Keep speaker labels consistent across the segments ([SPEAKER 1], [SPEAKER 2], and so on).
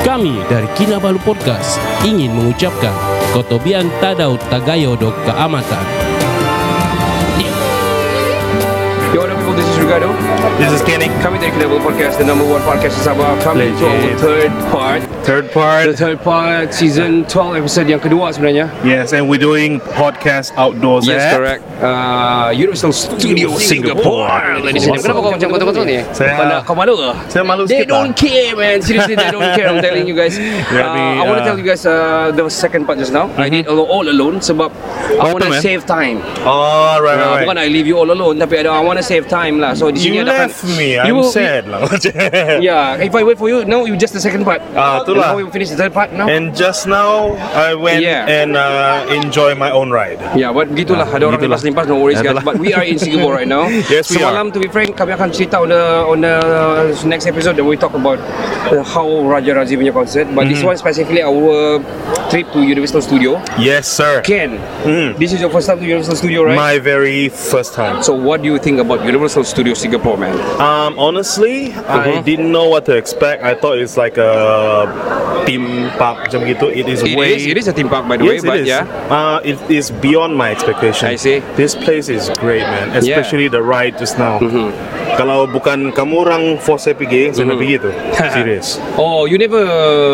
[SPEAKER 1] Kami dari Kinabalu Podcast ingin mengucapkan Kotobian Tadau Tagayo Dok Keamatan.
[SPEAKER 2] Yo, what up, people? This is Ricardo.
[SPEAKER 3] This is Kenny.
[SPEAKER 2] Coming to the Level Podcast, the number one podcast in Sabah. Coming to our
[SPEAKER 3] Legit.
[SPEAKER 2] third part.
[SPEAKER 3] Third
[SPEAKER 2] The
[SPEAKER 3] part.
[SPEAKER 2] third part, season 12, episode yang kedua sebenarnya.
[SPEAKER 3] Yes, and we're doing podcast outdoors.
[SPEAKER 2] Yes,
[SPEAKER 3] at-
[SPEAKER 2] correct. Uh, Universal Studio Singapore. Ladies and gentlemen, kenapa kau macam kotor-kotor ni?
[SPEAKER 3] Saya-
[SPEAKER 2] Kau nak- Kau malu ke?
[SPEAKER 3] Saya malu
[SPEAKER 2] They
[SPEAKER 3] sikit lah.
[SPEAKER 2] don't care, man. Seriously, they don't care. I'm telling you guys.
[SPEAKER 3] Yeah,
[SPEAKER 2] Uh,
[SPEAKER 3] we,
[SPEAKER 2] I want to
[SPEAKER 3] uh,
[SPEAKER 2] tell you guys uh, the second part just now. I did all, all alone sebab I want
[SPEAKER 3] What
[SPEAKER 2] to
[SPEAKER 3] happened, man?
[SPEAKER 2] save time.
[SPEAKER 3] Oh, right,
[SPEAKER 2] Uh,
[SPEAKER 3] right,
[SPEAKER 2] bukan I
[SPEAKER 3] right.
[SPEAKER 2] leave you all alone tapi ada I want to save time lah. So di sini
[SPEAKER 3] You
[SPEAKER 2] ada
[SPEAKER 3] left me. I'm
[SPEAKER 2] You-
[SPEAKER 3] sad lah.
[SPEAKER 2] Yeah, if I wait for you, now you just the second part.
[SPEAKER 3] Ah, itulah.
[SPEAKER 2] Now we finish the third part now.
[SPEAKER 3] And just now, I went
[SPEAKER 2] Yeah.
[SPEAKER 3] and uh, enjoy my own ride.
[SPEAKER 2] Ya, yeah, but begitulah. Ada orang
[SPEAKER 3] begitulah. Ya,
[SPEAKER 2] lepas-lepas, no worries guys.
[SPEAKER 3] Itulah.
[SPEAKER 2] But we are in Singapore right now.
[SPEAKER 3] Yes, we
[SPEAKER 2] Semalam, to be frank, kami akan cerita on the, on the next episode that we talk about uh, how Raja Razi punya concert. But this
[SPEAKER 3] Mm-hmm.
[SPEAKER 2] one specifically our trip to Universal Studio.
[SPEAKER 3] Yes, sir.
[SPEAKER 2] Ken,
[SPEAKER 3] Mm.
[SPEAKER 2] this is your first time to Universal Studio, right?
[SPEAKER 3] My very first time.
[SPEAKER 2] so what do you think about Universal Studio Singapore, man?
[SPEAKER 3] Um, honestly,
[SPEAKER 2] Uh-huh.
[SPEAKER 3] I didn't know what to expect. I thought it's like a theme park macam gitu. It is
[SPEAKER 2] It
[SPEAKER 3] way.
[SPEAKER 2] is, it is a theme park by the way,
[SPEAKER 3] Yes,
[SPEAKER 2] but
[SPEAKER 3] it is.
[SPEAKER 2] yeah.
[SPEAKER 3] Uh, it is beyond my expectation.
[SPEAKER 2] I see.
[SPEAKER 3] This place is great, man. Especially the ride just now.
[SPEAKER 2] Mm-hmm.
[SPEAKER 3] Kalau bukan kamu orang force saya pergi, saya nak pergi tu. Serious.
[SPEAKER 2] Oh, you never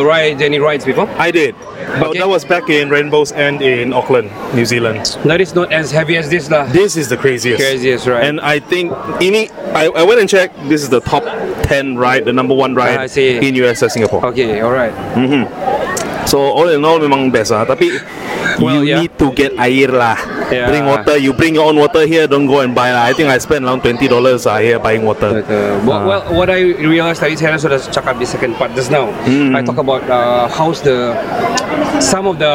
[SPEAKER 2] ride any rides before?
[SPEAKER 3] I did. But
[SPEAKER 2] Okay.
[SPEAKER 3] that was back in Rainbow's End in Auckland, New Zealand.
[SPEAKER 2] That is not as heavy as this lah.
[SPEAKER 3] This is the craziest.
[SPEAKER 2] Craziest ride.
[SPEAKER 3] And I think ini I, I went and checked. This is the top 10 ride, the number one ride
[SPEAKER 2] Ah, I see.
[SPEAKER 3] in USS Singapore.
[SPEAKER 2] Okay, alright.
[SPEAKER 3] So all in all memang best lah Tapi
[SPEAKER 2] Well,
[SPEAKER 3] You
[SPEAKER 2] yeah.
[SPEAKER 3] need to get air lah
[SPEAKER 2] Yeah.
[SPEAKER 3] Bring water You bring your own water here Don't go and buy lah I think I spent around 20 dollars lah here buying water
[SPEAKER 2] Betul. What, well, what I realised tadi saya sudah cakap di second part just now. I talk about uh, how's the some of the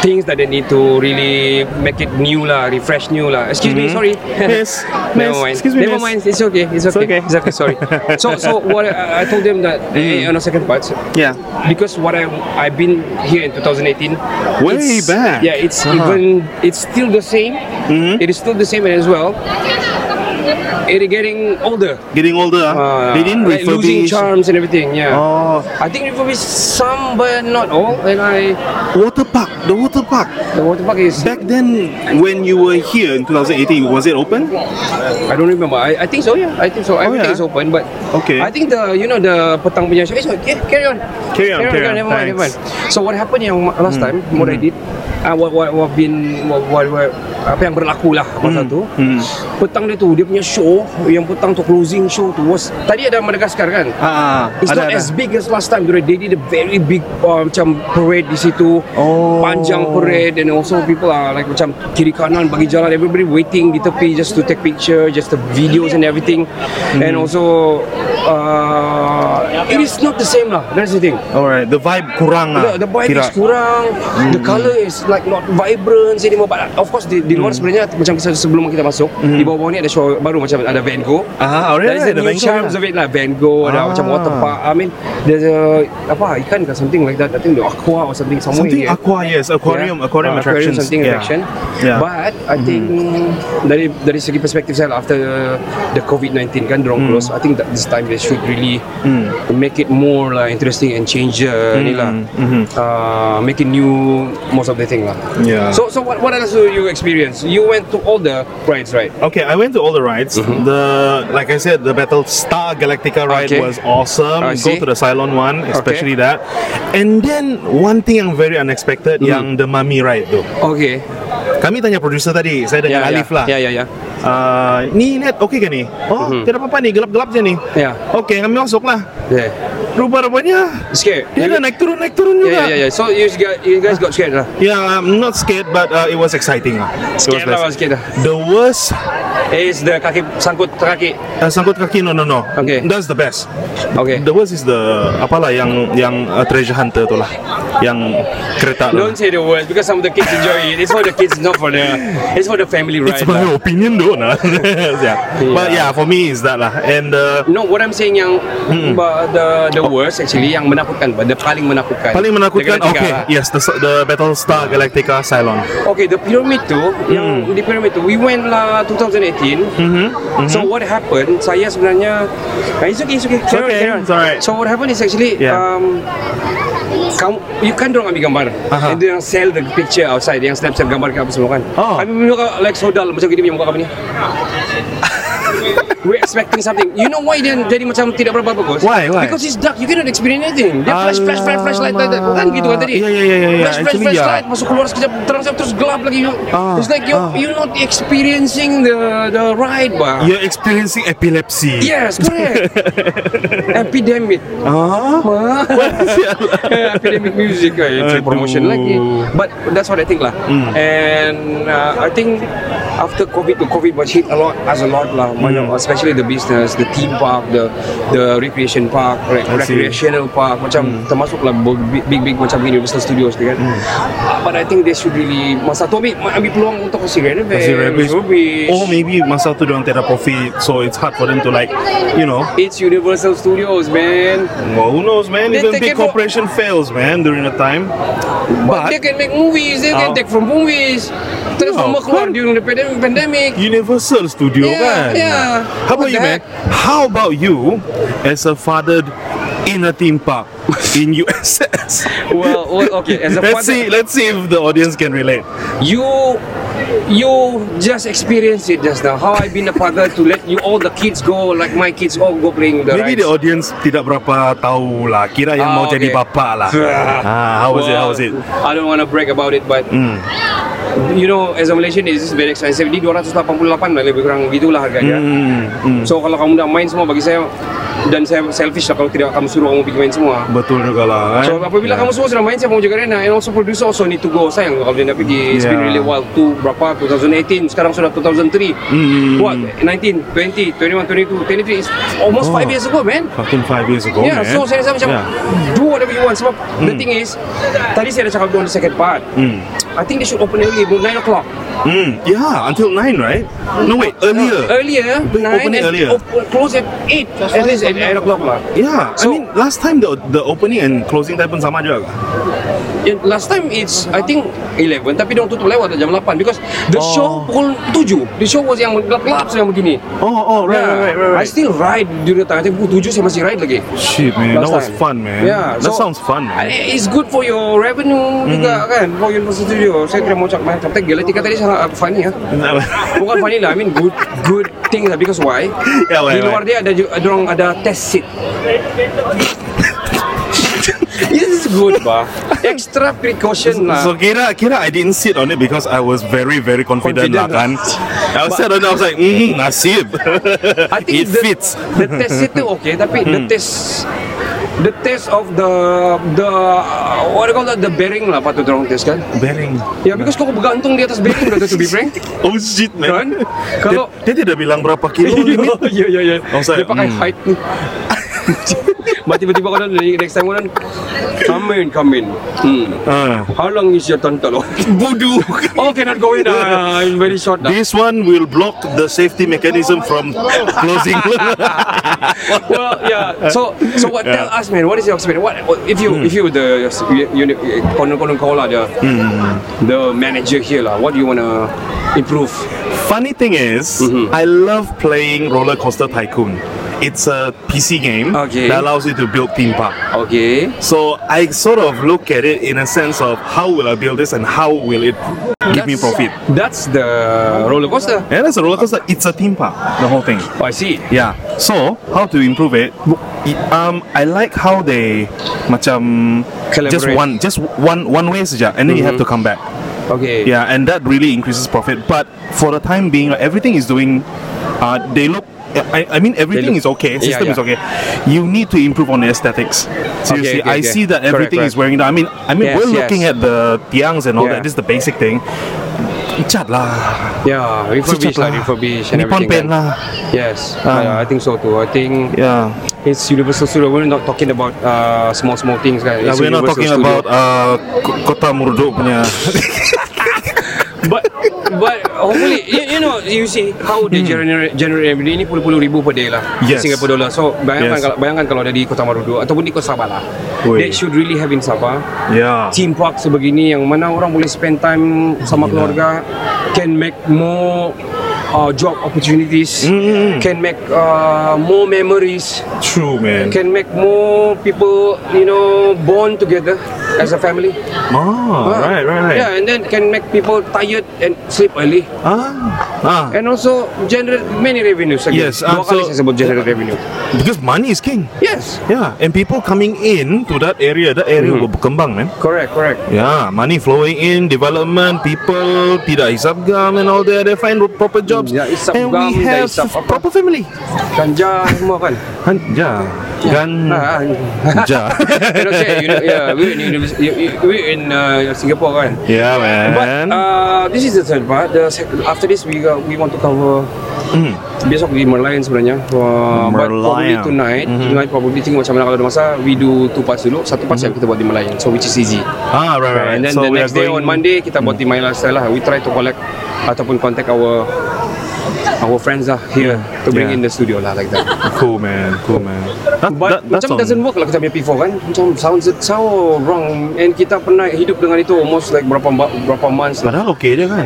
[SPEAKER 2] things that they need to really make it new lah, refresh new lah. Excuse me, sorry.
[SPEAKER 3] Miss,
[SPEAKER 2] Never
[SPEAKER 3] miss,
[SPEAKER 2] mind.
[SPEAKER 3] excuse me,
[SPEAKER 2] Never
[SPEAKER 3] miss.
[SPEAKER 2] mind. It's okay. It's okay.
[SPEAKER 3] okay.
[SPEAKER 2] It's okay. Sorry. so, so what I, I told them that eh, on the second part
[SPEAKER 3] Yeah
[SPEAKER 2] because what I I've been here in 2018.
[SPEAKER 3] Way
[SPEAKER 2] it's-
[SPEAKER 3] back.
[SPEAKER 2] Yeah, it's even it's still the same.
[SPEAKER 3] Mm-hmm. Hmm?
[SPEAKER 2] It is still the same as well. It is getting older.
[SPEAKER 3] Getting older ah.
[SPEAKER 2] Uh,
[SPEAKER 3] They didn't
[SPEAKER 2] like losing
[SPEAKER 3] refurbish
[SPEAKER 2] charms and everything. Yeah.
[SPEAKER 3] Oh
[SPEAKER 2] I think refurbish some, but not all. And I
[SPEAKER 3] Water park The water park
[SPEAKER 2] the water park is
[SPEAKER 3] Back then When you were here in 2018 Was it open?
[SPEAKER 2] I don't remember. I, I think so. Yeah, I think so. Everything
[SPEAKER 3] Oh, yeah.
[SPEAKER 2] is open, but
[SPEAKER 3] Okay.
[SPEAKER 2] I think the you know the petang punya show. It's okay. Carry on.
[SPEAKER 3] Carry on, carry on.
[SPEAKER 2] Never mind. Never mind.
[SPEAKER 3] Thanks. Hmm.
[SPEAKER 2] So what happened yang last time? What I did? Uh, what, what, what been what, what, what, apa yang berlaku lah masa tu
[SPEAKER 3] Hmm.
[SPEAKER 2] petang dia tu dia punya show yang petang tu closing show tu was tadi ada Madagaskar kan
[SPEAKER 3] Ah,
[SPEAKER 2] It's not as big as last time. They did a very big uh, macam parade di situ.
[SPEAKER 3] Oh.
[SPEAKER 2] Panjang parade and also people are like macam kiri kanan bagi jalan. Everybody waiting di tepi just to take picture, just the videos and everything. And also uh, it is not the same lah. That's the thing.
[SPEAKER 3] Alright The vibe kurang lah
[SPEAKER 2] The, the vibe
[SPEAKER 3] Kira. Hmm.
[SPEAKER 2] is kurang The colour is like not vibrant Ini but of course di, di
[SPEAKER 3] Hmm.
[SPEAKER 2] luar sebenarnya Macam kita- sebelum kita masuk Di bawah-bawah ni ada show baru Macam ada Van Gogh
[SPEAKER 3] Ah, alright,
[SPEAKER 2] That is the,
[SPEAKER 3] right, the
[SPEAKER 2] new
[SPEAKER 3] Van Gogh,
[SPEAKER 2] charms
[SPEAKER 3] yeah.
[SPEAKER 2] of it lah Van Gogh Ada
[SPEAKER 3] Ah.
[SPEAKER 2] macam water park I mean There's a Apa ikan ke something like that I think the aqua or something Somewhere
[SPEAKER 3] Something
[SPEAKER 2] here.
[SPEAKER 3] aqua yes Aquarium
[SPEAKER 2] Yeah.
[SPEAKER 3] Aquarium
[SPEAKER 2] Uh,
[SPEAKER 3] attractions
[SPEAKER 2] something
[SPEAKER 3] Yeah.
[SPEAKER 2] attraction
[SPEAKER 3] Yeah. Mm-hmm.
[SPEAKER 2] But I think Dari dari segi perspektif saya lah After the COVID-19 kan Diorang
[SPEAKER 3] Mm.
[SPEAKER 2] close I think that this time they should really Make it more lah Interesting and change uh, Ni lah
[SPEAKER 3] Mm-hmm.
[SPEAKER 2] uh, Make it new Most of the thing lah
[SPEAKER 3] Yeah.
[SPEAKER 2] So so what, what else do you experience? You went to all the rides right?
[SPEAKER 3] Okay, I went to all the rides. The like I said, the Battlestar Galactica ride
[SPEAKER 2] Mm-hmm. Okay.
[SPEAKER 3] was awesome.
[SPEAKER 2] I
[SPEAKER 3] Go
[SPEAKER 2] see.
[SPEAKER 3] to the Cylon one, especially that. And then one thing yang very unexpected,
[SPEAKER 2] Mm-hmm.
[SPEAKER 3] yang the Mummy ride tu.
[SPEAKER 2] Okay
[SPEAKER 3] Kami tanya producer tadi, saya dengan Alif lah.
[SPEAKER 2] Ya Mm-hmm. ya ya
[SPEAKER 3] Uh, ni net okay ke ni? Oh, tidak apa-apa ni, gelap-gelap je ni.
[SPEAKER 2] Ya
[SPEAKER 3] Okay, kami masuk lah.
[SPEAKER 2] Yeah.
[SPEAKER 3] Rupa-rupanya,
[SPEAKER 2] Scared.
[SPEAKER 3] dia dah naik turun, naik turun
[SPEAKER 2] Yeah,
[SPEAKER 3] juga.
[SPEAKER 2] yeah, yeah. So you guys, you guys got scared lah.
[SPEAKER 3] Yeah, I'm not scared, but uh, it was exciting lah. It was
[SPEAKER 2] Scared lah,
[SPEAKER 3] best.
[SPEAKER 2] scared lah.
[SPEAKER 3] The worst
[SPEAKER 2] It's the kaki sangkut kaki.
[SPEAKER 3] Uh, sangkut kaki no no no.
[SPEAKER 2] Okay.
[SPEAKER 3] That's the best.
[SPEAKER 2] Okay.
[SPEAKER 3] The worst is the apalah yang yang uh, treasure hunter tu lah. Yang kereta tu.
[SPEAKER 2] Don't say the words because some of the kids enjoy it. It's for the kids, not for the. It's for the family ride.
[SPEAKER 3] It's my
[SPEAKER 2] lah.
[SPEAKER 3] opinion though nah. yeah. But yeah, for me is that lah. And uh,
[SPEAKER 2] No, what I'm saying yang
[SPEAKER 3] Hmm.
[SPEAKER 2] but the the worst actually yang menakutkan, but the paling menakutkan.
[SPEAKER 3] paling menakutkan
[SPEAKER 2] Negara tiga
[SPEAKER 3] okay,
[SPEAKER 2] lah.
[SPEAKER 3] yes, the the Battlestar Galactica Cylon. Hmm.
[SPEAKER 2] Okay, the pyramid tu, yang di pyramid tu, we went lah 2018 2018. So
[SPEAKER 3] Mm-hmm.
[SPEAKER 2] what happened? Saya sebenarnya uh, it's okay, it's okay. Carry on,
[SPEAKER 3] okay,
[SPEAKER 2] carry on.
[SPEAKER 3] it's alright.
[SPEAKER 2] So what happened is actually
[SPEAKER 3] Yeah.
[SPEAKER 2] um, kamu, you kan dorang ambil gambar
[SPEAKER 3] Aha.
[SPEAKER 2] And dia yang sell the picture outside Dia yang snap-snap gambar ke apa semua kan
[SPEAKER 3] Oh.
[SPEAKER 2] Habis muka like sodal Macam gini punya muka apa ni We're expecting something You know why dia jadi macam tidak berapa bagus?
[SPEAKER 3] Why, why?
[SPEAKER 2] Because it's dark You cannot experience anything Dia flash, flash, flash, flash light, light, light Bukan gitu kan tadi
[SPEAKER 3] Ya, ya, ya, ya, ya.
[SPEAKER 2] Flash, flash,
[SPEAKER 3] Actually,
[SPEAKER 2] flash
[SPEAKER 3] ya.
[SPEAKER 2] light Masuk keluar sekejap terang sekejap Terus gelap lagi
[SPEAKER 3] Ah,
[SPEAKER 2] It's like you're,
[SPEAKER 3] ah.
[SPEAKER 2] you're not experiencing the the ride bah
[SPEAKER 3] You're experiencing epilepsy.
[SPEAKER 2] Yes, correct Epidemic
[SPEAKER 3] Ah.
[SPEAKER 2] Wah. Kan Academic music lah It's a
[SPEAKER 3] Aduh. Hmm.
[SPEAKER 2] promotion lagi But that's what I think lah And uh, I think After COVID to COVID was hit a lot As a lot lah
[SPEAKER 3] Hmm.
[SPEAKER 2] Banyak Especially the business The theme park The the recreation park re-
[SPEAKER 3] I see. Hmm.
[SPEAKER 2] Recreational park Macam termasuk lah bo- big- Big big macam Universal Studios ni kan Uh, But I think they should really Masa tu ambil, ambil peluang untuk kasih renovate
[SPEAKER 3] Kasi Oh, rabies.
[SPEAKER 2] rubbish.
[SPEAKER 3] Or maybe masa tu diorang tidak profit, so it's hard for them to like, you know.
[SPEAKER 2] It's Universal Studios man
[SPEAKER 3] Well, who knows, man?
[SPEAKER 2] They
[SPEAKER 3] Even
[SPEAKER 2] take
[SPEAKER 3] big
[SPEAKER 2] it for-
[SPEAKER 3] corporation fails, man, during the time.
[SPEAKER 2] But they
[SPEAKER 3] But
[SPEAKER 2] can make movies, they
[SPEAKER 3] Oh.
[SPEAKER 2] can take from movies. Transformer
[SPEAKER 3] Yeah,
[SPEAKER 2] keluar
[SPEAKER 3] kan?
[SPEAKER 2] during the pandem- pandemic.
[SPEAKER 3] Universal Studio,
[SPEAKER 2] Yeah,
[SPEAKER 3] kan?
[SPEAKER 2] yeah.
[SPEAKER 3] How about
[SPEAKER 2] What
[SPEAKER 3] you,
[SPEAKER 2] the
[SPEAKER 3] man? How about you, as a father in a theme park in USS?
[SPEAKER 2] Well, well, okay. As a
[SPEAKER 3] let's
[SPEAKER 2] father,
[SPEAKER 3] see. Let's see if the audience can relate.
[SPEAKER 2] you you just experienced it just now. How I been a father to let you all the kids go, like my kids all go playing the
[SPEAKER 3] Maybe the
[SPEAKER 2] rides.
[SPEAKER 3] audience tidak berapa tahu lah. Kira yang
[SPEAKER 2] Ah,
[SPEAKER 3] mau jadi
[SPEAKER 2] okay.
[SPEAKER 3] bapa lah. ah, how was it? How was it? Hmm,
[SPEAKER 2] Well, I don't want to brag about it, but you know, as a Malaysian, it's just very expensive. Di 288 lah, lebih kurang gitulah harganya.
[SPEAKER 3] Hmm, hmm.
[SPEAKER 2] So kalau kamu dah main semua bagi saya dan saya selfish lah kalau tidak kamu suruh kamu pergi main semua.
[SPEAKER 3] Betul juga lah. eh. Kan?
[SPEAKER 2] So apabila kamu semua sudah main saya mau jaga Rena and also producer also need to go sayang kalau dia nak pergi it's been
[SPEAKER 3] Yeah.
[SPEAKER 2] really wild tu berapa 2018 sekarang sudah 2003
[SPEAKER 3] Mm-hmm.
[SPEAKER 2] what 19 20 21 22 23 it's almost
[SPEAKER 3] Oh.
[SPEAKER 2] 5 years ago man
[SPEAKER 3] Fucking five years ago,
[SPEAKER 2] yeah,
[SPEAKER 3] man.
[SPEAKER 2] so saya rasa macam
[SPEAKER 3] Yeah.
[SPEAKER 2] do whatever you want sebab the thing is tadi saya dah cakap on the second part
[SPEAKER 3] Hmm.
[SPEAKER 2] I think they should open early about 9 o'clock
[SPEAKER 3] Hmm. Yeah, until nine, right? No wait, earlier.
[SPEAKER 2] Oh, earlier 9
[SPEAKER 3] Open it
[SPEAKER 2] and
[SPEAKER 3] earlier.
[SPEAKER 2] op- close at 8 at least at 8 o'clock lah
[SPEAKER 3] Yeah, I
[SPEAKER 2] So-
[SPEAKER 3] mean last time the the opening and closing time pun sama juga.
[SPEAKER 2] Yeah, last time it's I think 11 tapi dia tutup lewat jam 8 because the
[SPEAKER 3] Oh.
[SPEAKER 2] show pukul 7. The show was yang gelap-gelap yang begini.
[SPEAKER 3] Oh, oh,
[SPEAKER 2] Yeah.
[SPEAKER 3] right, right, right, right,
[SPEAKER 2] I
[SPEAKER 3] right.
[SPEAKER 2] still ride during the time. I think pukul 7 saya masih ride lagi.
[SPEAKER 3] Shit, man, that
[SPEAKER 2] Last
[SPEAKER 3] was
[SPEAKER 2] time.
[SPEAKER 3] fun, man.
[SPEAKER 2] Yeah,
[SPEAKER 3] that
[SPEAKER 2] so-
[SPEAKER 3] sounds fun,
[SPEAKER 2] And
[SPEAKER 3] man. Mm.
[SPEAKER 2] It's good for your revenue juga kan For your Universal Studio Saya kira mau cakap main Captain Galatika tadi sangat uh, funny ya Bukan funny lah I mean good good thing lah Because why?
[SPEAKER 3] Yeah, Ya, why,
[SPEAKER 2] Di luar
[SPEAKER 3] why?
[SPEAKER 2] dia ada ju- ada orang ada test seat This is good bah Extra precaution lah
[SPEAKER 3] So kira kira I didn't sit on it because I was very very confident, lah
[SPEAKER 2] Confident
[SPEAKER 3] kan. I was sat on it. I was like, mm, nasib.
[SPEAKER 2] I think
[SPEAKER 3] it
[SPEAKER 2] the,
[SPEAKER 3] fits. Hmm.
[SPEAKER 2] The taste itu okay, tapi the taste the taste of the the uh, what do you call that the bearing lah patut orang test kan?
[SPEAKER 3] Bearing.
[SPEAKER 2] Ya, yeah, because kau bergantung di atas bearing udah to be frank.
[SPEAKER 3] Oh shit,
[SPEAKER 2] Kan?
[SPEAKER 3] man.
[SPEAKER 2] Kalau
[SPEAKER 3] Dia, dia tidak bilang berapa kilo limit.
[SPEAKER 2] ya ya ya.
[SPEAKER 3] Oh,
[SPEAKER 2] Dia
[SPEAKER 3] saya-
[SPEAKER 2] pakai
[SPEAKER 3] hmm.
[SPEAKER 2] height ni. But tiba-tiba kau dah next time kau dah come in come in. Hmm.
[SPEAKER 3] Ah.
[SPEAKER 2] How long is your tantalo?
[SPEAKER 3] Bodoh.
[SPEAKER 2] oh cannot go in. Uh, I'm very short. Now.
[SPEAKER 3] This one will block the safety mechanism from closing.
[SPEAKER 2] well, yeah. So, so what? Tell us, man. What is your experience? What, what if you,
[SPEAKER 3] Hmm.
[SPEAKER 2] if you the you, you konon konon kau lah the
[SPEAKER 3] Hmm.
[SPEAKER 2] the manager here lah. What do you wanna improve?
[SPEAKER 3] Funny thing is,
[SPEAKER 2] Mm-hmm.
[SPEAKER 3] I love playing Roller Coaster Tycoon. It's a PC game
[SPEAKER 2] Okay.
[SPEAKER 3] that allows you to build theme park.
[SPEAKER 2] Okay.
[SPEAKER 3] So I sort of look at it in a sense of how will I build this and how will it give me
[SPEAKER 2] That's-
[SPEAKER 3] profit.
[SPEAKER 2] That's the roller coaster.
[SPEAKER 3] And as a roller coaster, it's a theme park, the whole thing.
[SPEAKER 2] Oh, I see.
[SPEAKER 3] Yeah. So how to improve it? Um, I like how they, macam just
[SPEAKER 2] Collaborate.
[SPEAKER 3] one, just one one way saja, and then you have to come back.
[SPEAKER 2] Okay.
[SPEAKER 3] Yeah, and that really increases profit. But for the time being, like, everything is doing. Uh, they look. I, I mean, everything
[SPEAKER 2] look-
[SPEAKER 3] is okay.
[SPEAKER 2] Yeah,
[SPEAKER 3] System
[SPEAKER 2] yeah.
[SPEAKER 3] is okay. You need to improve on the aesthetics.
[SPEAKER 2] okay,
[SPEAKER 3] Seriously,
[SPEAKER 2] okay.
[SPEAKER 3] I see that
[SPEAKER 2] Correct,
[SPEAKER 3] everything is
[SPEAKER 2] correct.
[SPEAKER 3] wearing. I mean, I mean,
[SPEAKER 2] Yes,
[SPEAKER 3] we're
[SPEAKER 2] yes.
[SPEAKER 3] looking at the tiangs and all
[SPEAKER 2] Yeah.
[SPEAKER 3] that. This is the basic thing. Cat lah,
[SPEAKER 2] Yeah. Refurbish
[SPEAKER 3] Sicat
[SPEAKER 2] lah,
[SPEAKER 3] lah.
[SPEAKER 2] refurbish and
[SPEAKER 3] Nippon
[SPEAKER 2] everything.
[SPEAKER 3] paint
[SPEAKER 2] kan?
[SPEAKER 3] lah.
[SPEAKER 2] Yes.
[SPEAKER 3] Ah.
[SPEAKER 2] I, I think so too. I think
[SPEAKER 3] Yeah.
[SPEAKER 2] it's Universal Studio. We're not talking about uh, small small things, guys.
[SPEAKER 3] Yeah, we're not talking about uh, Ko- Kota Murdo punya.
[SPEAKER 2] But but hopefully you, you know you see how they generate generate revenue ini puluh-puluh ribu per day lah
[SPEAKER 3] Hmm. Yes.
[SPEAKER 2] Singapore dollar. So bayangkan
[SPEAKER 3] Yes.
[SPEAKER 2] kalau bayangkan kalau ada di Kota Marudu ataupun di Kota Sabah lah.
[SPEAKER 3] Ui.
[SPEAKER 2] They should really have in Sabah
[SPEAKER 3] yeah.
[SPEAKER 2] theme park sebegini yang mana orang boleh spend time sama
[SPEAKER 3] Gila.
[SPEAKER 2] keluarga can make more uh, job opportunities,
[SPEAKER 3] Hmm,
[SPEAKER 2] can make uh, more memories,
[SPEAKER 3] True, man.
[SPEAKER 2] can make more people, you know, bond together as a family.
[SPEAKER 3] oh,
[SPEAKER 2] Ah.
[SPEAKER 3] right, right, right.
[SPEAKER 2] Yeah, and then can make people tired and sleep early,
[SPEAKER 3] Ah, ah.
[SPEAKER 2] and also generate many revenues. Again.
[SPEAKER 3] Yes, ah,
[SPEAKER 2] dua kali
[SPEAKER 3] so-
[SPEAKER 2] saya sebut generate revenue.
[SPEAKER 3] Because money is king.
[SPEAKER 2] Yes,
[SPEAKER 3] Yeah, and people coming in to that area, that area
[SPEAKER 2] Mm-hmm.
[SPEAKER 3] will berkembang, man.
[SPEAKER 2] correct, correct.
[SPEAKER 3] Yeah, money flowing in, development, people, tidak hisap gam and all that. They find proper jobs.
[SPEAKER 2] Yeah, Mm, hisap
[SPEAKER 3] and
[SPEAKER 2] gam,
[SPEAKER 3] we
[SPEAKER 2] tidak
[SPEAKER 3] have
[SPEAKER 2] hisap apa.
[SPEAKER 3] proper family.
[SPEAKER 2] Ganja semua kan.
[SPEAKER 3] Han, ja, gan,
[SPEAKER 2] Ah, ah.
[SPEAKER 3] ja.
[SPEAKER 2] you know, say, you know, yeah, we in univers- you- you- we in uh, Singapore kan.
[SPEAKER 3] Yeah,
[SPEAKER 2] But
[SPEAKER 3] man.
[SPEAKER 2] uh, this is the third part. The sec- after this we uh, we want to cover
[SPEAKER 3] Mm.
[SPEAKER 2] besok di Merlion sebenarnya. Uh, But probably
[SPEAKER 3] Merlion. Hmm.
[SPEAKER 2] tonight, tonight probably tengok macam mana kalau ada masa we do two parts dulu. Satu part yang kita buat di Merlion, so which is easy. Uh,
[SPEAKER 3] ah, right, Hmm. right.
[SPEAKER 2] And then
[SPEAKER 3] so
[SPEAKER 2] the
[SPEAKER 3] we are
[SPEAKER 2] next day on
[SPEAKER 3] going- Hmm.
[SPEAKER 2] Monday kita buat di Merlion style lah. We try to collect ataupun contact our our friends lah here to bring in
[SPEAKER 3] Hmm. Yeah.
[SPEAKER 2] the studio lah like that.
[SPEAKER 3] Cool, man. Cool, man. That,
[SPEAKER 2] But
[SPEAKER 3] that, that's
[SPEAKER 2] macam
[SPEAKER 3] on-
[SPEAKER 2] doesn't work lah kita punya P4 kan Macam sounds so wrong And kita pernah hidup dengan itu almost like berapa ma- berapa months lah
[SPEAKER 3] Padahal okay je kan?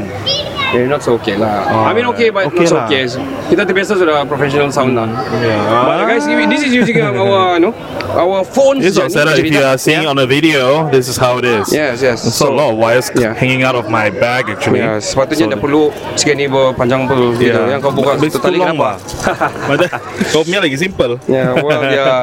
[SPEAKER 2] Eh not so okay lah
[SPEAKER 3] Oh,
[SPEAKER 2] I mean okay but
[SPEAKER 3] okay
[SPEAKER 2] not so
[SPEAKER 3] lah.
[SPEAKER 2] okay Kita terbiasa sudah professional sound lah
[SPEAKER 3] Yeah.
[SPEAKER 2] But uh, guys this is usually our no, our phones
[SPEAKER 3] Ah. This is
[SPEAKER 2] je
[SPEAKER 3] all
[SPEAKER 2] ni
[SPEAKER 3] set up. If you
[SPEAKER 2] cerita.
[SPEAKER 3] are seeing on a video, this is how it is.
[SPEAKER 2] Yes yes
[SPEAKER 3] So, a lot of wires
[SPEAKER 2] Yeah.
[SPEAKER 3] hanging out of my bag actually.
[SPEAKER 2] Ya, sepatutnya
[SPEAKER 3] So
[SPEAKER 2] dah perlu sekian ni berpanjang pun gitu. Yang kau buka
[SPEAKER 3] Habis
[SPEAKER 2] satu
[SPEAKER 3] tu
[SPEAKER 2] tali
[SPEAKER 3] long
[SPEAKER 2] kenapa?
[SPEAKER 3] lah. Macam kau punya lagi simple.
[SPEAKER 2] Yeah, well, yeah.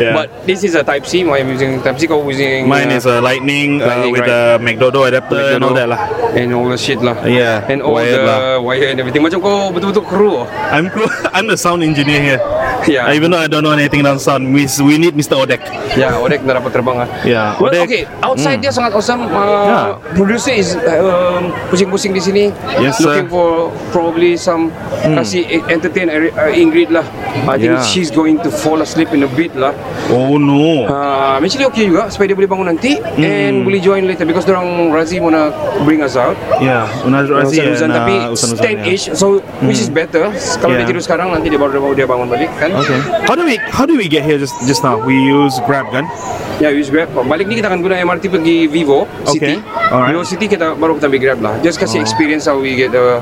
[SPEAKER 3] Yeah.
[SPEAKER 2] But this is a Type C. My using Type C. Kau using
[SPEAKER 3] Mine
[SPEAKER 2] uh,
[SPEAKER 3] is a lightning, uh,
[SPEAKER 2] Lightning,
[SPEAKER 3] with
[SPEAKER 2] right.
[SPEAKER 3] a McDodo adapter and all
[SPEAKER 2] McDonald
[SPEAKER 3] that lah.
[SPEAKER 2] And all the shit lah
[SPEAKER 3] Yeah,
[SPEAKER 2] And all the
[SPEAKER 3] wired lah.
[SPEAKER 2] wire and everything Macam kau betul-betul kru oh.
[SPEAKER 3] I'm cool- I'm the sound engineer here.
[SPEAKER 2] Yeah.
[SPEAKER 3] Even though I don't know anything about sound, we we need Mr. Odek.
[SPEAKER 2] Ya, yeah, Odek dah dapat terbang lah
[SPEAKER 3] Yeah,
[SPEAKER 2] well,
[SPEAKER 3] Ya, Odek. Ya.
[SPEAKER 2] Okay, outside
[SPEAKER 3] Mm.
[SPEAKER 2] dia sangat awesome uh,
[SPEAKER 3] Yeah.
[SPEAKER 2] Producer is uh, um, pusing-pusing di sini
[SPEAKER 3] Yes,
[SPEAKER 2] Looking
[SPEAKER 3] sir. Hmm.
[SPEAKER 2] for probably some Kasih entertain uh, Ingrid lah I think
[SPEAKER 3] Yeah.
[SPEAKER 2] she's going to fall asleep in a bit lah
[SPEAKER 3] Oh no.
[SPEAKER 2] uh, Actually okay juga Supaya dia boleh bangun nanti
[SPEAKER 3] Hmm.
[SPEAKER 2] And boleh join later Because orang Razi wanna bring us out
[SPEAKER 3] Yeah, Unaz Razi and
[SPEAKER 2] Urusan-urusan tapi
[SPEAKER 3] uh, urusan-urusan,
[SPEAKER 2] stand
[SPEAKER 3] yeah.
[SPEAKER 2] age so which is better kalau
[SPEAKER 3] Yeah.
[SPEAKER 2] dia tidur sekarang nanti dia baru baru dia bangun balik kan
[SPEAKER 3] Ya. Okay. How do we how do we get here just just now? We use Grab kan?
[SPEAKER 2] ya yeah, use grab balik ni kita akan guna MRT pergi Vivo City
[SPEAKER 3] Okay. Alright.
[SPEAKER 2] Vivo
[SPEAKER 3] Oh.
[SPEAKER 2] City kita baru kita ambil grab lah just kasih experience how we get the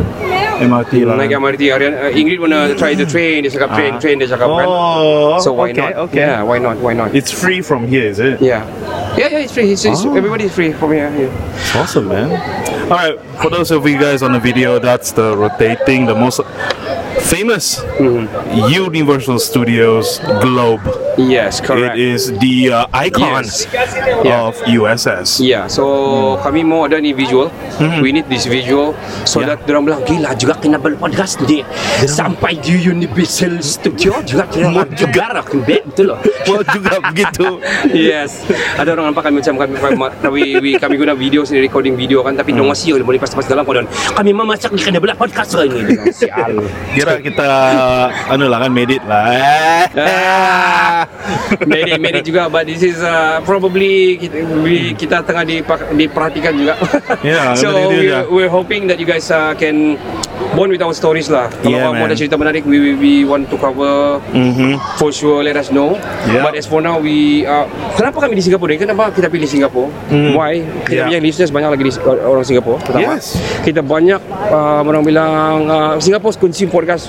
[SPEAKER 3] MRT lah.
[SPEAKER 2] naik MRT Arian uh, Ingrid wanna try the train dia cakap train
[SPEAKER 3] Ah.
[SPEAKER 2] train dia cakap kan
[SPEAKER 3] Oh,
[SPEAKER 2] so why
[SPEAKER 3] okay,
[SPEAKER 2] not
[SPEAKER 3] okay.
[SPEAKER 2] yeah why not why not
[SPEAKER 3] It's free from here, is it?
[SPEAKER 2] yeah yeah yeah it's free it's, it's,
[SPEAKER 3] Oh.
[SPEAKER 2] everybody is free from here yeah.
[SPEAKER 3] Awesome, man. All right, for those of you guys on the video, that's the rotating, the most famous
[SPEAKER 2] Mm-hmm.
[SPEAKER 3] Universal Studios globe.
[SPEAKER 2] yes correct
[SPEAKER 3] It is the uh, icon
[SPEAKER 2] Yes. Yeah.
[SPEAKER 3] of USS.
[SPEAKER 2] Yeah, so
[SPEAKER 3] Hmm.
[SPEAKER 2] kami mau ada ni visual. We need this visual so
[SPEAKER 3] Yeah.
[SPEAKER 2] that dorang bilang gila juga kena berpodcast ni. Sampai di Universal Studio juga kena bergerak betul loh.
[SPEAKER 3] Well, juga begitu.
[SPEAKER 2] Yes. Ada orang nampak kami macam kami kami, kami, kami guna video sendiri recording video kan
[SPEAKER 3] Hmm.
[SPEAKER 2] tapi dorang masih boleh pas-pas dalam kau dan kami memasak ni kena berpodcast ni. Sial.
[SPEAKER 3] Kira kita anu lah kan uh, made it lah.
[SPEAKER 2] Ah. Merit merit juga but this is uh, probably kita, we, kita tengah dipak, diperhatikan juga.
[SPEAKER 3] Yeah,
[SPEAKER 2] so
[SPEAKER 3] betul
[SPEAKER 2] we,
[SPEAKER 3] juga.
[SPEAKER 2] we're hoping that you guys uh, can bond with our stories lah. Kalau
[SPEAKER 3] Yeah,
[SPEAKER 2] yeah, kamu
[SPEAKER 3] man.
[SPEAKER 2] ada cerita menarik we we, we want to cover
[SPEAKER 3] Mhm.
[SPEAKER 2] for sure let us know.
[SPEAKER 3] Yeah.
[SPEAKER 2] But as for now we uh, kenapa kami di Singapura? ni? Kenapa kita pilih Singapura?
[SPEAKER 3] Mm.
[SPEAKER 2] Why? Kita
[SPEAKER 3] Yeah.
[SPEAKER 2] punya listeners banyak lagi di, orang Singapura pertama.
[SPEAKER 3] Yes.
[SPEAKER 2] Kita banyak uh, orang bilang uh, Singapore consume podcast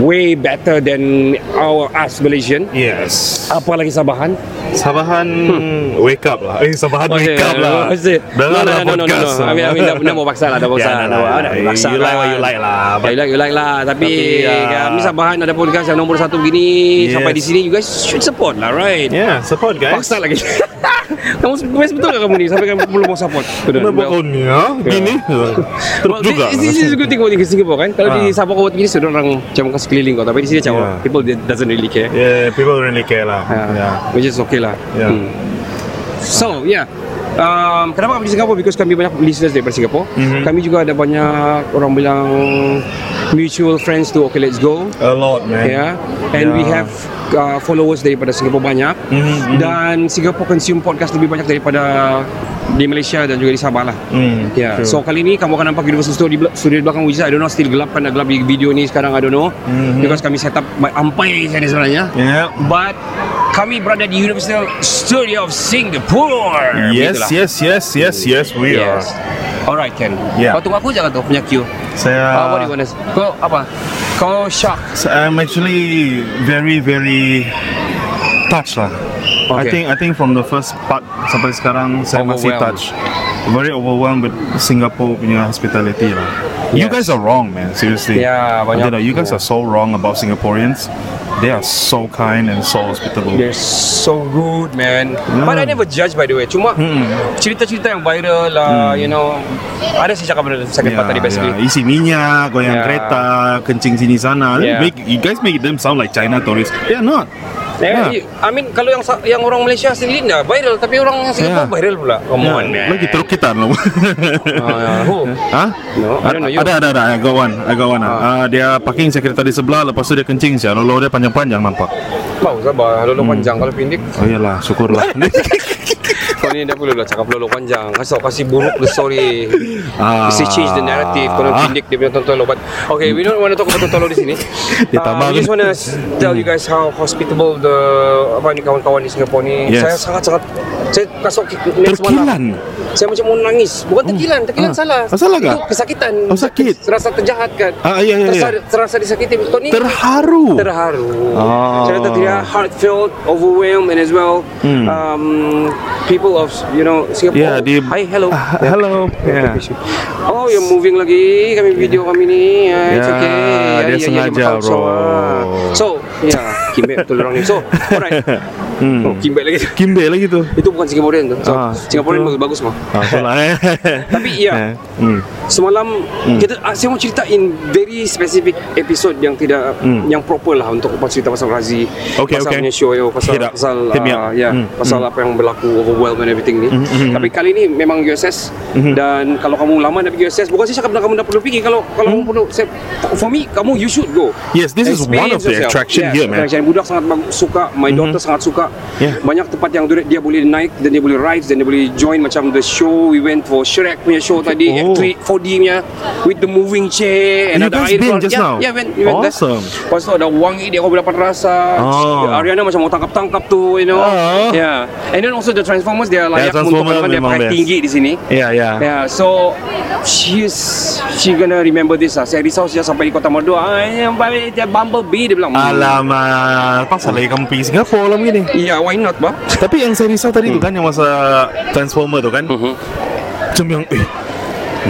[SPEAKER 2] way better than our us Malaysian
[SPEAKER 3] Yes.
[SPEAKER 2] apa lagi Sabahan?
[SPEAKER 3] Sabahan
[SPEAKER 2] Hmm.
[SPEAKER 3] wake up lah. Eh Sabahan wake up lah.
[SPEAKER 2] Masih.
[SPEAKER 3] Dah
[SPEAKER 2] No,
[SPEAKER 3] lah
[SPEAKER 2] no,
[SPEAKER 3] dah
[SPEAKER 2] no, no, no, no.
[SPEAKER 3] podcast.
[SPEAKER 2] I mean, I mean, dah, dah mau paksa lah, dah paksa.
[SPEAKER 3] Yeah,
[SPEAKER 2] Yeah,
[SPEAKER 3] nah, nah, nah. You like what you like lah.
[SPEAKER 2] You like, you like lah. Tapi,
[SPEAKER 3] Tapi, ah,
[SPEAKER 2] kami Sabahan ada podcast yang nombor satu begini.
[SPEAKER 3] Yes.
[SPEAKER 2] Sampai di sini, you guys should support lah, right?
[SPEAKER 3] Yeah, Ya, support guys.
[SPEAKER 2] Paksa lah lagi. kamu best betul tak kamu ni? Sampai kamu belum mau support. Sudah,
[SPEAKER 3] Kenapa
[SPEAKER 2] well.
[SPEAKER 3] kau ni ha? Gini Teruk
[SPEAKER 2] Well,
[SPEAKER 3] juga
[SPEAKER 2] this, this is a good thing about in Singapore kan. Kalau
[SPEAKER 3] Ah.
[SPEAKER 2] di Sabah kau buat begini, sudah orang macam kasih keliling kau. Tapi di sini macam
[SPEAKER 3] Yeah.
[SPEAKER 2] orang, people they doesn't really care.
[SPEAKER 3] Yeah, Ya, people don't really care lah Yeah
[SPEAKER 2] Ah, yeah. which is okay lah.
[SPEAKER 3] Yeah.
[SPEAKER 2] So yeah. Um, kenapa kami di Singapura? Because kami banyak listeners daripada Singapura.
[SPEAKER 3] Mhm.
[SPEAKER 2] Kami juga ada banyak orang bilang mutual friends to okay let's go.
[SPEAKER 3] A lot man
[SPEAKER 2] Yeah. And
[SPEAKER 3] Yeah.
[SPEAKER 2] we have uh, followers daripada Singapura banyak.
[SPEAKER 3] Mhm, mhm.
[SPEAKER 2] Dan Singapura consume podcast lebih banyak daripada di Malaysia dan juga di Sabah lah.
[SPEAKER 3] Hmm,
[SPEAKER 2] Yeah.
[SPEAKER 3] true.
[SPEAKER 2] So kali ni kamu akan nampak Universal Studio di, bel- studio di belakang Wujud. I don't know still gelap kan dah gelap di video ni sekarang I don't know.
[SPEAKER 3] Mhm.
[SPEAKER 2] Because kami set up by- ampai saya ni sebenarnya.
[SPEAKER 3] Yeah
[SPEAKER 2] But kami berada di Universal Studio of Singapore.
[SPEAKER 3] Yes,
[SPEAKER 2] Begitulah.
[SPEAKER 3] yes, yes, yes, yes, we
[SPEAKER 2] lah. Yes.
[SPEAKER 3] are.
[SPEAKER 2] Alright, Ken.
[SPEAKER 3] Yeah.
[SPEAKER 2] Kau tunggu aku je kan tu punya queue.
[SPEAKER 3] Saya
[SPEAKER 2] Uh, what do you want to s- Kau apa? Kau shock.
[SPEAKER 3] So I'm actually very very touched lah. I
[SPEAKER 2] Okay.
[SPEAKER 3] think I think from the first part sampai sekarang saya masih
[SPEAKER 2] Overwhelmed.
[SPEAKER 3] touched. Very overwhelmed with Singapore punya hospitality lah. You
[SPEAKER 2] Yes.
[SPEAKER 3] guys are wrong, man. Seriously.
[SPEAKER 2] Yeah,
[SPEAKER 3] I
[SPEAKER 2] banyak
[SPEAKER 3] don't know, you guys
[SPEAKER 2] tu.
[SPEAKER 3] are so wrong about Singaporeans. They are so kind and so hospitable.
[SPEAKER 2] They're so rude, man.
[SPEAKER 3] Mm.
[SPEAKER 2] But I never judge by the way. Cuma cerita-cerita yang viral lah, you know. Ada saya cakap pada second part tadi basically.
[SPEAKER 3] Mm. yeah. Isi minyak, goyang
[SPEAKER 2] Yeah.
[SPEAKER 3] kereta, kencing sini sana. They
[SPEAKER 2] Yeah.
[SPEAKER 3] Make, you guys make them sound like China tourists. They are not.
[SPEAKER 2] Yeah. I mean kalau yang sa- yang orang Malaysia sendiri dah viral tapi orang yang Singapore
[SPEAKER 3] Yeah.
[SPEAKER 2] viral pula. Come on, man.
[SPEAKER 3] Lagi teruk kita lah. loh.
[SPEAKER 2] Ah, yeah. Who?
[SPEAKER 3] Hah?
[SPEAKER 2] No, I don't know you.
[SPEAKER 3] Ha? Ada, ada, ada. I got one. I got one. Ah, dia parking saya kereta di sebelah, lepas tu dia kencing saya. Lolo dia panjang-panjang nampak.
[SPEAKER 2] Bau sabar,
[SPEAKER 3] Mm.
[SPEAKER 2] lolong panjang kalau pendek.
[SPEAKER 3] Oh iyalah, syukurlah.
[SPEAKER 2] Kau ni dah perlu lah cakap lolong panjang. Kasau kasih buruk the story.
[SPEAKER 3] ah.
[SPEAKER 2] Mesti change the narrative Kalau pendek dia punya tonton But Okay we don't want to talk about tonton di sini Ah,
[SPEAKER 3] Dia tambah kan?
[SPEAKER 2] We
[SPEAKER 3] ke?
[SPEAKER 2] just want to tell you guys How hospitable the Apa ni kawan-kawan di Singapore ni
[SPEAKER 3] Yes.
[SPEAKER 2] Saya sangat-sangat Saya kasut ki- next
[SPEAKER 3] Terkilan.
[SPEAKER 2] malam Saya macam mau nangis Bukan terkilan Terkilan
[SPEAKER 3] Ah.
[SPEAKER 2] salah
[SPEAKER 3] Ah, salah ke?
[SPEAKER 2] Itu kesakitan
[SPEAKER 3] Oh, sakit.
[SPEAKER 2] Terasa terjahat kan
[SPEAKER 3] Ah, ya, ya, ya.
[SPEAKER 2] terasa, terasa disakiti Kau ni
[SPEAKER 3] Terharu.
[SPEAKER 2] terharu.
[SPEAKER 3] Ah.
[SPEAKER 2] Cerita dia heartfelt, overwhelmed and as well
[SPEAKER 3] Hmm.
[SPEAKER 2] um, people of you know Singapore.
[SPEAKER 3] Ya, di
[SPEAKER 2] Hi, hello.
[SPEAKER 3] Ah, hello. Ya.
[SPEAKER 2] Oh, you're moving lagi. Kami video kami ni. Ah, it's
[SPEAKER 3] Ya,
[SPEAKER 2] okay.
[SPEAKER 3] dia
[SPEAKER 2] you
[SPEAKER 3] sengaja,
[SPEAKER 2] makan so,
[SPEAKER 3] bro.
[SPEAKER 2] ah. So, yeah, kimbek betul orang ni. So, alright.
[SPEAKER 3] Hmm.
[SPEAKER 2] Oh, kimbek lagi.
[SPEAKER 3] Kimbe lagi tu.
[SPEAKER 2] Itu bukan Singaporean tu. So,
[SPEAKER 3] Ah,
[SPEAKER 2] Singaporean
[SPEAKER 3] itu-
[SPEAKER 2] bagus-bagus mah.
[SPEAKER 3] Ah, itulah eh.
[SPEAKER 2] Tapi, ya.
[SPEAKER 3] Eh, Hmm.
[SPEAKER 2] Semalam kita ah, saya mau cerita in very specific episode yang tidak
[SPEAKER 3] Hmm.
[SPEAKER 2] yang proper lah untuk cerita pasal Razi,
[SPEAKER 3] Okay,
[SPEAKER 2] pasal
[SPEAKER 3] okay.
[SPEAKER 2] punya show yo, pasal
[SPEAKER 3] Hit up.
[SPEAKER 2] pasal
[SPEAKER 3] Hit me
[SPEAKER 2] ah,
[SPEAKER 3] up.
[SPEAKER 2] ya,
[SPEAKER 3] Hmm,
[SPEAKER 2] pasal apa yang berlaku overwhelm and everything ni. Tapi kali ni memang USS
[SPEAKER 3] Hmm.
[SPEAKER 2] dan kalau kamu lama nak pergi USS bukan saya cakap dengan kamu dah perlu pergi kalau kalau kamu perlu saya, for me kamu you should go.
[SPEAKER 3] Hmm. Yes, this is one of
[SPEAKER 2] Experience
[SPEAKER 3] the
[SPEAKER 2] yourself.
[SPEAKER 3] attraction
[SPEAKER 2] Yes,
[SPEAKER 3] here, man.
[SPEAKER 2] attraction. Budak sangat bag- suka, my daughter sangat suka.
[SPEAKER 3] Mhm. Yeah.
[SPEAKER 2] Banyak tempat yang dia, dia boleh naik dan dia boleh ride dan dia boleh join macam the show we went for Shrek punya show tadi,
[SPEAKER 3] Oh.
[SPEAKER 2] F3 4D punya with the moving chair and
[SPEAKER 3] You
[SPEAKER 2] ada
[SPEAKER 3] guys
[SPEAKER 2] air
[SPEAKER 3] been
[SPEAKER 2] keluar.
[SPEAKER 3] just
[SPEAKER 2] yeah,
[SPEAKER 3] now?
[SPEAKER 2] Yeah, went, we went there.
[SPEAKER 3] Awesome.
[SPEAKER 2] Lepas tu ada wangi dia kau boleh dapat rasa.
[SPEAKER 3] Oh.
[SPEAKER 2] Ariana macam mau tangkap-tangkap tu, you know.
[SPEAKER 3] Oh.
[SPEAKER 2] Yeah. And then also the Transformers dia layak untuk
[SPEAKER 3] Transformer
[SPEAKER 2] dia
[SPEAKER 3] memang
[SPEAKER 2] pakai
[SPEAKER 3] best.
[SPEAKER 2] tinggi di sini.
[SPEAKER 3] Ya, ya.
[SPEAKER 2] Yeah, so she's she gonna remember this lah. Saya risau sejak sampai di Kota Merdu. Ah, yang balik dia Bumblebee dia bilang. "Hmm,
[SPEAKER 3] Alamak, pasal lagi kamu pergi Singapura malam gini.
[SPEAKER 2] Iya, Ya, why not, Bang?
[SPEAKER 3] Tapi yang saya risau tadi tu kan yang masa Transformer tu kan. Macam yang eh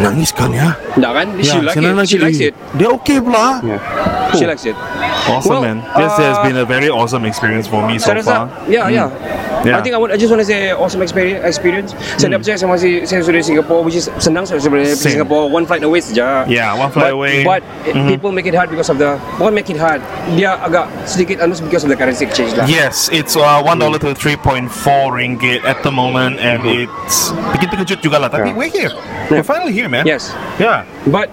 [SPEAKER 3] nangis kan ya.
[SPEAKER 2] Enggak kan? She
[SPEAKER 3] Ya,
[SPEAKER 2] likes it.
[SPEAKER 3] senang lagi.
[SPEAKER 2] She likes it.
[SPEAKER 3] Dia okay pula.
[SPEAKER 2] Yeah. She
[SPEAKER 3] Oh.
[SPEAKER 2] likes it.
[SPEAKER 3] Awesome
[SPEAKER 2] Well,
[SPEAKER 3] man. This has
[SPEAKER 2] uh,
[SPEAKER 3] been a very awesome experience for me so
[SPEAKER 2] Saya rasa,
[SPEAKER 3] far. Hmm. Ya.
[SPEAKER 2] yeah, yeah.
[SPEAKER 3] Yeah.
[SPEAKER 2] I think I, would, I just want to say awesome experience. experience. Saya dah percaya saya masih saya sudah di Singapore, which is senang saya sudah di
[SPEAKER 3] Hmm. Same.
[SPEAKER 2] Singapore. One flight away saja.
[SPEAKER 3] Yeah, one flight
[SPEAKER 2] but,
[SPEAKER 3] away. Mm-hmm.
[SPEAKER 2] But it- people make it hard because of the bukan make it hard. Dia agak sedikit anus because of the currency exchange lah.
[SPEAKER 3] Yes, it's uh, one dollar to three point four ringgit at the moment, and it's bikin terkejut juga lah. Tapi
[SPEAKER 2] Mm-hmm. Yeah.
[SPEAKER 3] we're here, we're finally here, man.
[SPEAKER 2] Yes.
[SPEAKER 3] Yeah.
[SPEAKER 2] But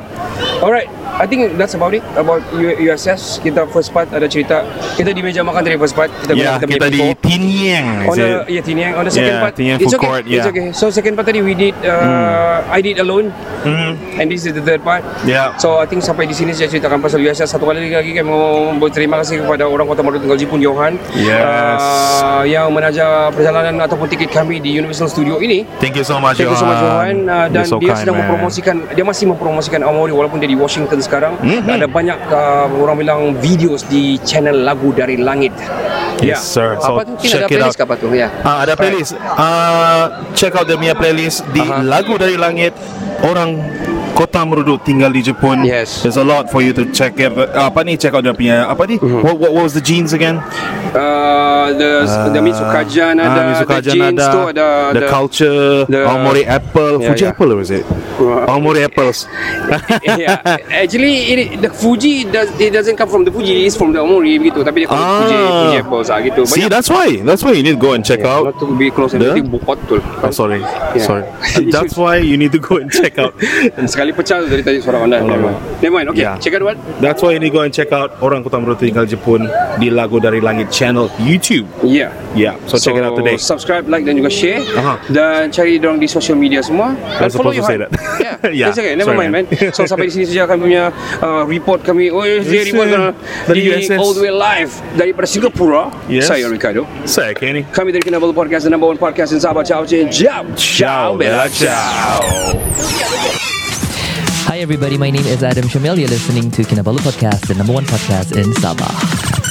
[SPEAKER 2] alright, I think that's about it about U- USS. Kita first part ada cerita kita di meja makan tadi first part kita
[SPEAKER 3] Yeah.
[SPEAKER 2] punya
[SPEAKER 3] Ya, Kita di
[SPEAKER 2] pokok.
[SPEAKER 3] Tin Yang.
[SPEAKER 2] on
[SPEAKER 3] is
[SPEAKER 2] the
[SPEAKER 3] it?
[SPEAKER 2] yeah Tiniang on the second
[SPEAKER 3] Yeah,
[SPEAKER 2] part
[SPEAKER 3] Tiniang
[SPEAKER 2] it's
[SPEAKER 3] food
[SPEAKER 2] okay
[SPEAKER 3] court,
[SPEAKER 2] it's
[SPEAKER 3] yeah.
[SPEAKER 2] okay so second part tadi we did uh, I did alone
[SPEAKER 3] Hmm.
[SPEAKER 2] and this is the third part
[SPEAKER 3] Yeah.
[SPEAKER 2] so I think sampai di sini saya ceritakan pasal USS satu kali lagi kami mau berterima kasih kepada orang Kota Maru Tunggal Jipun Johan
[SPEAKER 3] Yes.
[SPEAKER 2] uh, yang menaja perjalanan ataupun tiket kami di Universal Studio ini
[SPEAKER 3] Thank you so much,
[SPEAKER 2] Thank you so much Johan uh, Dan
[SPEAKER 3] You're so
[SPEAKER 2] dia
[SPEAKER 3] kind,
[SPEAKER 2] sedang
[SPEAKER 3] man.
[SPEAKER 2] mempromosikan Dia masih mempromosikan Amori Walaupun dia di Washington sekarang
[SPEAKER 3] Mhm.
[SPEAKER 2] Ada banyak uh, orang bilang Videos di channel lagu dari langit Ya.
[SPEAKER 3] Yes, sir. So,
[SPEAKER 2] Apa tu? Kin, ada
[SPEAKER 3] check it
[SPEAKER 2] playlist
[SPEAKER 3] out.
[SPEAKER 2] ke apa tu? Ya.
[SPEAKER 3] Ah, ada playlist. Ah, check out dia punya playlist di
[SPEAKER 2] Aha.
[SPEAKER 3] lagu dari langit orang kota merudu tinggal di Jepun.
[SPEAKER 2] Yes.
[SPEAKER 3] There's a lot for you to check it. Apa ni check out dia punya apa ni?
[SPEAKER 2] Mhm.
[SPEAKER 3] What, what, what was the jeans again?
[SPEAKER 2] Uh, the the Mitsukaja
[SPEAKER 3] Ah,
[SPEAKER 2] ada, the
[SPEAKER 3] Mitsukaja
[SPEAKER 2] jeans
[SPEAKER 3] ada,
[SPEAKER 2] tu ada
[SPEAKER 3] the, culture,
[SPEAKER 2] the-
[SPEAKER 3] Aomori apple,
[SPEAKER 2] Yeah,
[SPEAKER 3] Fuji
[SPEAKER 2] yeah.
[SPEAKER 3] apple or is it?
[SPEAKER 2] Uh,
[SPEAKER 3] Aomori apples.
[SPEAKER 2] yeah. Actually, it, the Fuji does, it doesn't come from the Fuji, it's from the Omori begitu. Tapi dia call it Fuji,
[SPEAKER 3] Ah.
[SPEAKER 2] Fuji apples ah gitu.
[SPEAKER 3] See, that's why. That's why you need to go and check
[SPEAKER 2] yeah,
[SPEAKER 3] out.
[SPEAKER 2] not to be close and
[SPEAKER 3] the-
[SPEAKER 2] everything bukot betul.
[SPEAKER 3] Oh, sorry,
[SPEAKER 2] Yeah.
[SPEAKER 3] sorry. That's why you need to go and check out
[SPEAKER 2] Sekali Kali pecah tu tadi tanya suara pandai. Never mind. Never mind. Okay,
[SPEAKER 3] Yeah.
[SPEAKER 2] check out what?
[SPEAKER 3] That's why you need to go and check out Orang Kota Merutu Tinggal Jepun di Lagu Dari Langit channel YouTube.
[SPEAKER 2] Yeah.
[SPEAKER 3] Yeah, Ya. so, check it out today.
[SPEAKER 2] Ya. Subscribe, like dan juga share.
[SPEAKER 3] Aha.
[SPEAKER 2] Dan cari dorang di social media semua.
[SPEAKER 3] I was supposed to say that.
[SPEAKER 2] Yeah. yeah.
[SPEAKER 3] Yeah,
[SPEAKER 2] It's Ya. okay. Never
[SPEAKER 3] sorry,
[SPEAKER 2] mind,
[SPEAKER 3] man.
[SPEAKER 2] man. So sampai di sini saja kami punya uh, report kami. Oh, yes, dia
[SPEAKER 3] Yes,
[SPEAKER 2] report
[SPEAKER 3] sir.
[SPEAKER 2] kena
[SPEAKER 3] Dari
[SPEAKER 2] di
[SPEAKER 3] USS.
[SPEAKER 2] all the way live daripada Singapura.
[SPEAKER 3] Yes.
[SPEAKER 2] Saya Ricardo.
[SPEAKER 3] Saya Kenny.
[SPEAKER 2] Kami dari Kinabalu Podcast, the number one podcast in Sabah. Ciao, ciao, ciao.
[SPEAKER 3] Ciao, Bella. Ciao.
[SPEAKER 4] Hi, everybody. My name is Adam Shamil. You're listening to Kinabalu Podcast, the number one podcast in Sabah.